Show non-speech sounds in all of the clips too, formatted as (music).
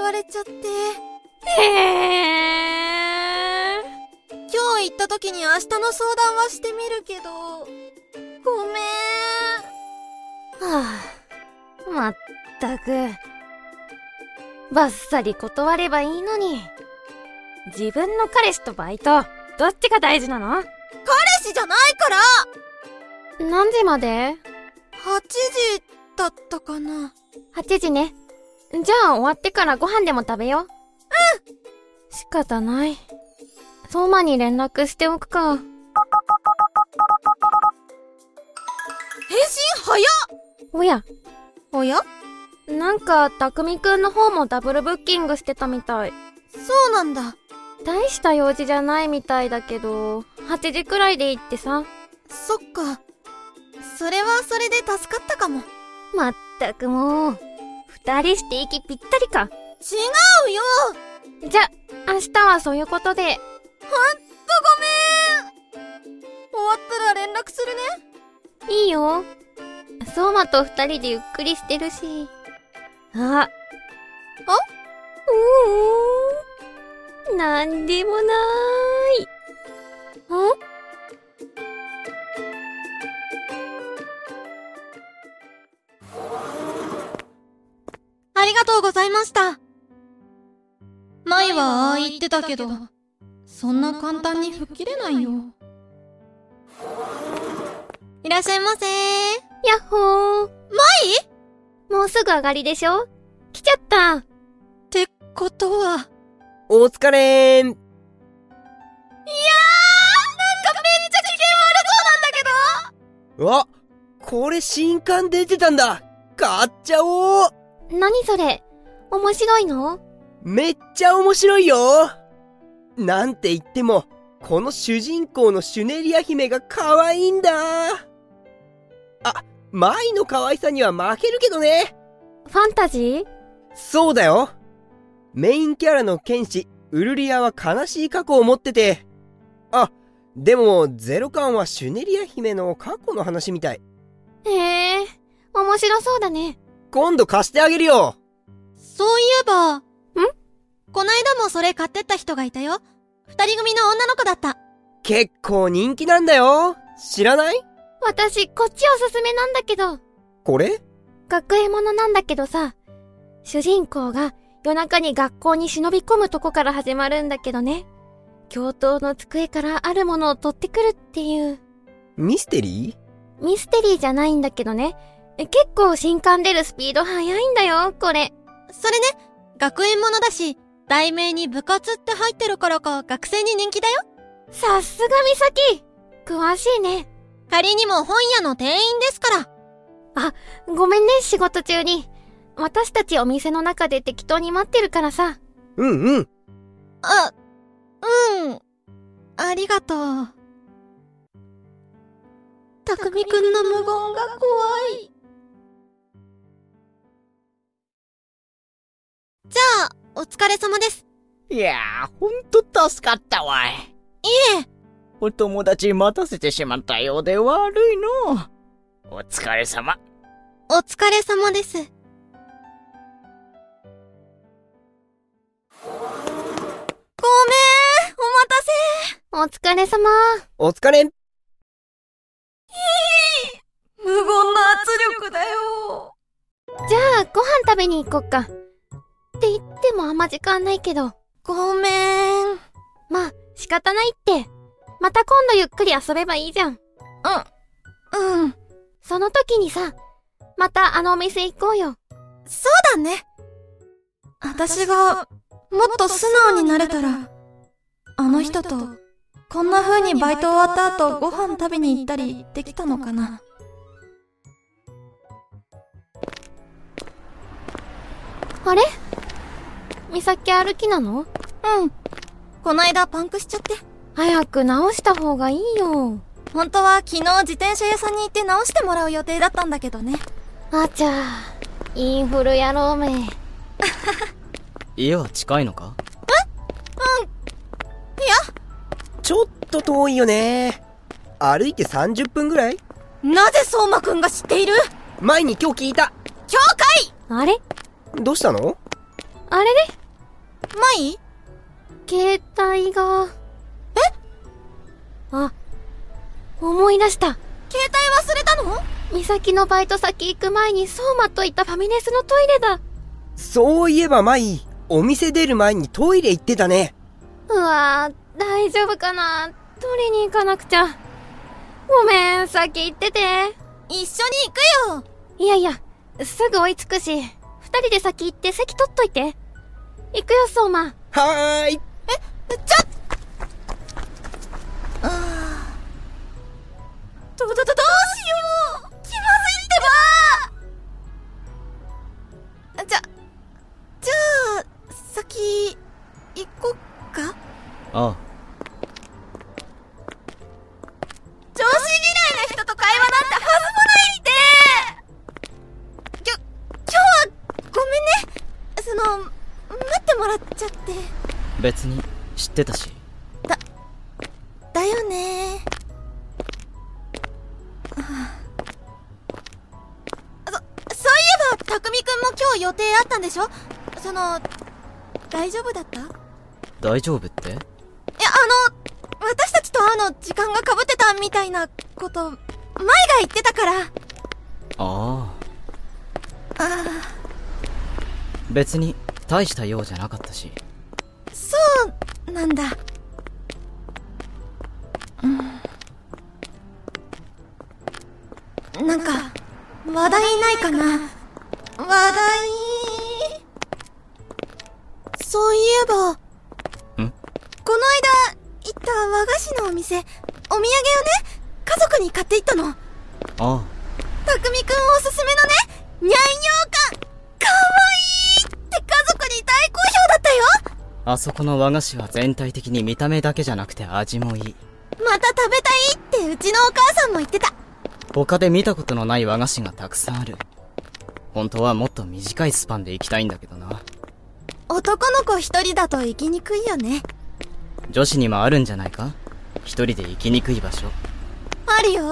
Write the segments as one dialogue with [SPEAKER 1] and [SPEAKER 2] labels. [SPEAKER 1] われちゃって。
[SPEAKER 2] へえ。
[SPEAKER 1] 今日行った時に明日の相談はしてみるけど。ごめん。
[SPEAKER 2] はあ、まったく。バッサリ断ればいいのに。自分の彼氏とバイト、どっちが大事なの
[SPEAKER 1] 彼氏じゃないから
[SPEAKER 2] 何時まで
[SPEAKER 1] !8 時だったかな。
[SPEAKER 2] ?8 時ね。じゃあ終わってからご飯でも食べよう。うん仕方ない。相馬に連絡しておくか。
[SPEAKER 1] 返信早っ
[SPEAKER 2] おや、
[SPEAKER 1] おや
[SPEAKER 2] なんか、匠くんの方もダブルブッキングしてたみたい。
[SPEAKER 1] そうなんだ。
[SPEAKER 2] 大した用事じゃないみたいだけど、8時くらいで行ってさ。
[SPEAKER 1] そっか。それはそれで助かったかも。違
[SPEAKER 2] まったくもう、二人して息ぴったりか。
[SPEAKER 1] うよ
[SPEAKER 2] じゃ、明日はそういうことで。
[SPEAKER 1] とごめん終わったら連絡するね。
[SPEAKER 2] いいよ。相馬と二人でゆっくりしてるし。
[SPEAKER 1] あ
[SPEAKER 2] あ。うーん。なんでもなーい。あ
[SPEAKER 1] ありがとうございました。前はああ言ってたけど、そんな簡単に吹っ切れないよ。いらっしゃいませ
[SPEAKER 2] やっほー。もうすぐ上がりでしょ来ちゃった。
[SPEAKER 1] ってことは、なんか
[SPEAKER 3] お疲れーん。
[SPEAKER 1] めっちゃ機嫌悪そうなんだけど
[SPEAKER 3] あ、これ新刊出てたんだ。買っちゃおう。
[SPEAKER 2] 何それ面白いの
[SPEAKER 3] めっちゃ面白いよ。なんて言っても、この主人公のシュネリア姫が可愛いんだ。あ、舞の可愛さには負けるけどね。
[SPEAKER 2] ファンタジー
[SPEAKER 3] そうだよ。メインキャラの剣士、ウルリアは悲しい過去を持ってて。あ、でも、ゼロ感はシュネリア姫の過去の話みたい。
[SPEAKER 2] へえ、面白そうだね。
[SPEAKER 3] 今度貸してあげるよ。
[SPEAKER 1] そういえば、んこないだもそれ買ってった人がいたよ。二人組の女の子だった。
[SPEAKER 3] 結構人気なんだよ。知らない
[SPEAKER 2] 私、こっちおすすめなんだけど、
[SPEAKER 3] これ
[SPEAKER 2] 学園ものなんだけどさ、主人公が夜中に学校に忍び込むとこから始まるんだけどね。教頭の机からあるものを取ってくるっていう、
[SPEAKER 3] ミステリ
[SPEAKER 2] ミステリーじゃないんだけどね。え結構新刊出るスピード速いんだよ、これ。
[SPEAKER 1] それね、学園ものだし、題名に部活って入ってるからか学生に人気だよ。
[SPEAKER 2] さすがみさき詳しいね。
[SPEAKER 1] 仮にも本屋の店員ですから。
[SPEAKER 2] ごめんね、仕事中に。私たちお店の中で適当に待ってるからさ。
[SPEAKER 3] ーうんうん。
[SPEAKER 1] あ、うん。ありがとう。たくみくんの無言が怖い。じゃあ、お疲れ様です。
[SPEAKER 4] いやー、ほんと助かったわい。
[SPEAKER 1] いえ、
[SPEAKER 4] お友達待たせてしまったようで悪いのう。お疲れ様。
[SPEAKER 1] お疲れ様です。ごめん、お待たせ。
[SPEAKER 2] お疲れ様。
[SPEAKER 3] お疲れ。
[SPEAKER 1] 無言の圧力だよ。
[SPEAKER 2] じゃあ、ご飯食べに行こっか。って言ってもあんま時間ないけど。
[SPEAKER 1] ごめん。うん。
[SPEAKER 2] まあ、仕方ないって。また今度ゆっくり遊べばいいじゃん。
[SPEAKER 1] うん。
[SPEAKER 2] その時にさ、またあのお店行こうよ。
[SPEAKER 1] そうだね。私が、もっと素直になれたら、あの人と、こんな風にバイト終わった後ご飯食べに行ったりできたのかな。
[SPEAKER 2] あれ美咲歩きなの
[SPEAKER 1] うん。こないだパンクしちゃって。
[SPEAKER 2] 早く直した方がいいよ。
[SPEAKER 1] 本当は昨日自転車屋さんに行って直してもらう予定だったんだけどね。
[SPEAKER 2] あちゃー、インフル野郎め。
[SPEAKER 5] 家は近いのか
[SPEAKER 3] ちょっと遠いよね。歩いて30分ぐらい
[SPEAKER 1] なぜ相馬くんが知っている
[SPEAKER 3] 前に今日聞いた。
[SPEAKER 1] 教会
[SPEAKER 2] あれ
[SPEAKER 3] どうしたの
[SPEAKER 2] あれれ
[SPEAKER 1] 舞
[SPEAKER 2] 携帯が。えあ、思い出した。
[SPEAKER 1] 携帯忘れたの
[SPEAKER 2] 美咲のバイト先行く前に相馬と行ったファミレスのトイレだ。
[SPEAKER 3] そういえば舞、お店出る前にトイレ行ってたね。
[SPEAKER 2] うわぁ、大丈夫かな取りに行かなくちゃ。ごめん、先行ってて。
[SPEAKER 1] 一緒に行くよ
[SPEAKER 2] いやいや、すぐ追いつくし、二人で先行って席取っといて。行くよ、相馬。
[SPEAKER 3] はーい。
[SPEAKER 1] ど、ど、ど、どうしよう気まずいってばじゃ、じゃあ、先、行こっか
[SPEAKER 5] あ
[SPEAKER 1] 女子嫌いな人と会話なんて弾まないできょ、今日はごめんね。その、待ってもらっちゃって。
[SPEAKER 5] あ別に知ってたし
[SPEAKER 1] だよねそ、そういえば、たくみくんも今日予定あったんでしょその、大丈夫だったいや、
[SPEAKER 5] 大丈夫って
[SPEAKER 1] あの、私たちと会うの時間が被ってたみたいなこと、前が言ってたから。
[SPEAKER 5] ああ
[SPEAKER 1] あ
[SPEAKER 5] 別に大した用じゃなかったし
[SPEAKER 1] あ、そう、なんだ。うん。なんか、話題ないかな。話題。そういえば。んこの間、行った和菓子のお店、お土産をね、家族に買っていったの。
[SPEAKER 5] あ
[SPEAKER 1] たくみくんおすすめのね、にゃんようかん、かわいいって家族に大好評だったよ
[SPEAKER 5] ああそこの和菓子は全体的に見た目だけじゃなくて味もいい
[SPEAKER 1] また食べたいってうちのお母さんも言ってた。
[SPEAKER 5] 他で見たことのない和菓子がたくさんある本当はもっと短いスパンで行きたいんだけどな
[SPEAKER 1] 男の子一人だと行きにくいよね。
[SPEAKER 5] 女子にもあるんじゃないか一人で行きにくい場所
[SPEAKER 1] あるよ。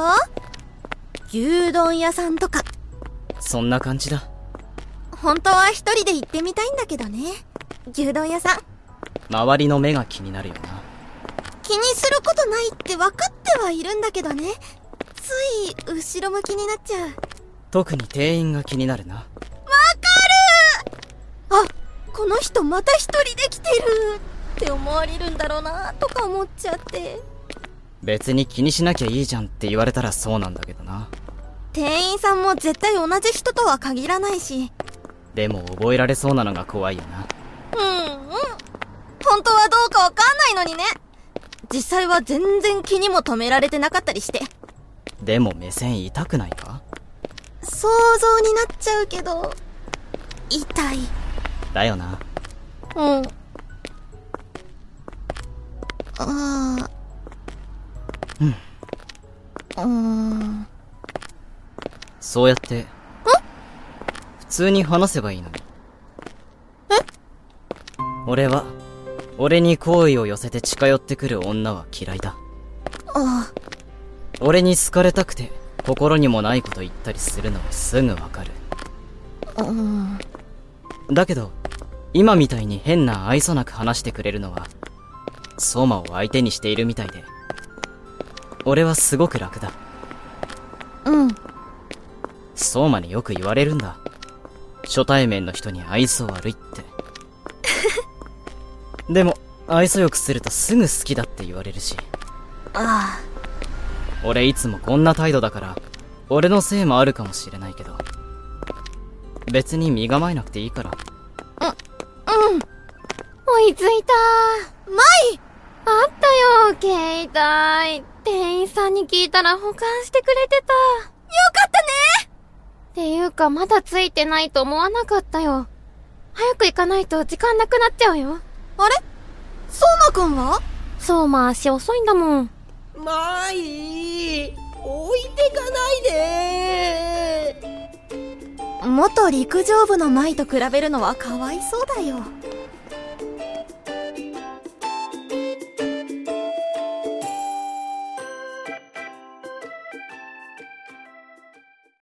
[SPEAKER 1] 牛丼屋さんとか、
[SPEAKER 5] そんな感じだ
[SPEAKER 1] 本当は一人で行ってみたいんだけどね。牛丼屋さん、
[SPEAKER 5] 周りの目が気になるよな
[SPEAKER 1] 気にすることないって分かってはいるんだけどね。つい、後ろ向きになっちゃう。
[SPEAKER 5] 特に店員が気になるな
[SPEAKER 1] あ、この人また一人で来てるって思われるんだろうなとか思っちゃって。
[SPEAKER 5] 別に気にしなきゃいいじゃんって言われたらそうなんだけどな
[SPEAKER 1] 店員さんも絶対同じ人とは限らないし。
[SPEAKER 5] でも覚えられそうなのが怖いよな
[SPEAKER 1] うんうん。本当はどうかわかんないのにね。実際は全然気にも留められてなかったりして。
[SPEAKER 5] でも目線痛くないか
[SPEAKER 1] 想像になっちゃうけど、痛い。
[SPEAKER 5] だよな
[SPEAKER 1] うん。ああ。うん。うん。
[SPEAKER 5] そうやって普通に話せばいいのにえ俺は俺に好意を寄せて近寄ってくる女は嫌いだ
[SPEAKER 1] あ
[SPEAKER 5] 俺に好かれたくて心にもないこと言ったりするのはすぐわかる
[SPEAKER 1] あ。うん。
[SPEAKER 5] だけど今みたいに変な愛想なく話してくれるのは相馬を相手にしているみたいで俺はすごく楽だ
[SPEAKER 1] うん。
[SPEAKER 5] 相馬によく言われるんだ初対面の人に愛想悪いって
[SPEAKER 1] (laughs)
[SPEAKER 5] でも愛想よくするとすぐ好きだって言われるし
[SPEAKER 1] あ
[SPEAKER 5] 俺いつもこんな態度だから俺のせいもあるかもしれないけど別に身構えなくていいから
[SPEAKER 1] あ。うん。
[SPEAKER 2] 追いついた
[SPEAKER 1] まい
[SPEAKER 2] あったよ、携帯。店員さんに聞いたら保管してくれてた。よかったねっていうか、まだついてないと思わなかったよ。早く行かないと時間なくなっちゃうよ。
[SPEAKER 1] あれそうまくんは
[SPEAKER 2] そう、まあ足遅いんだもん。
[SPEAKER 3] 舞、置いてかないで
[SPEAKER 1] 元陸上部の舞と比べるのはかわいそうだよ。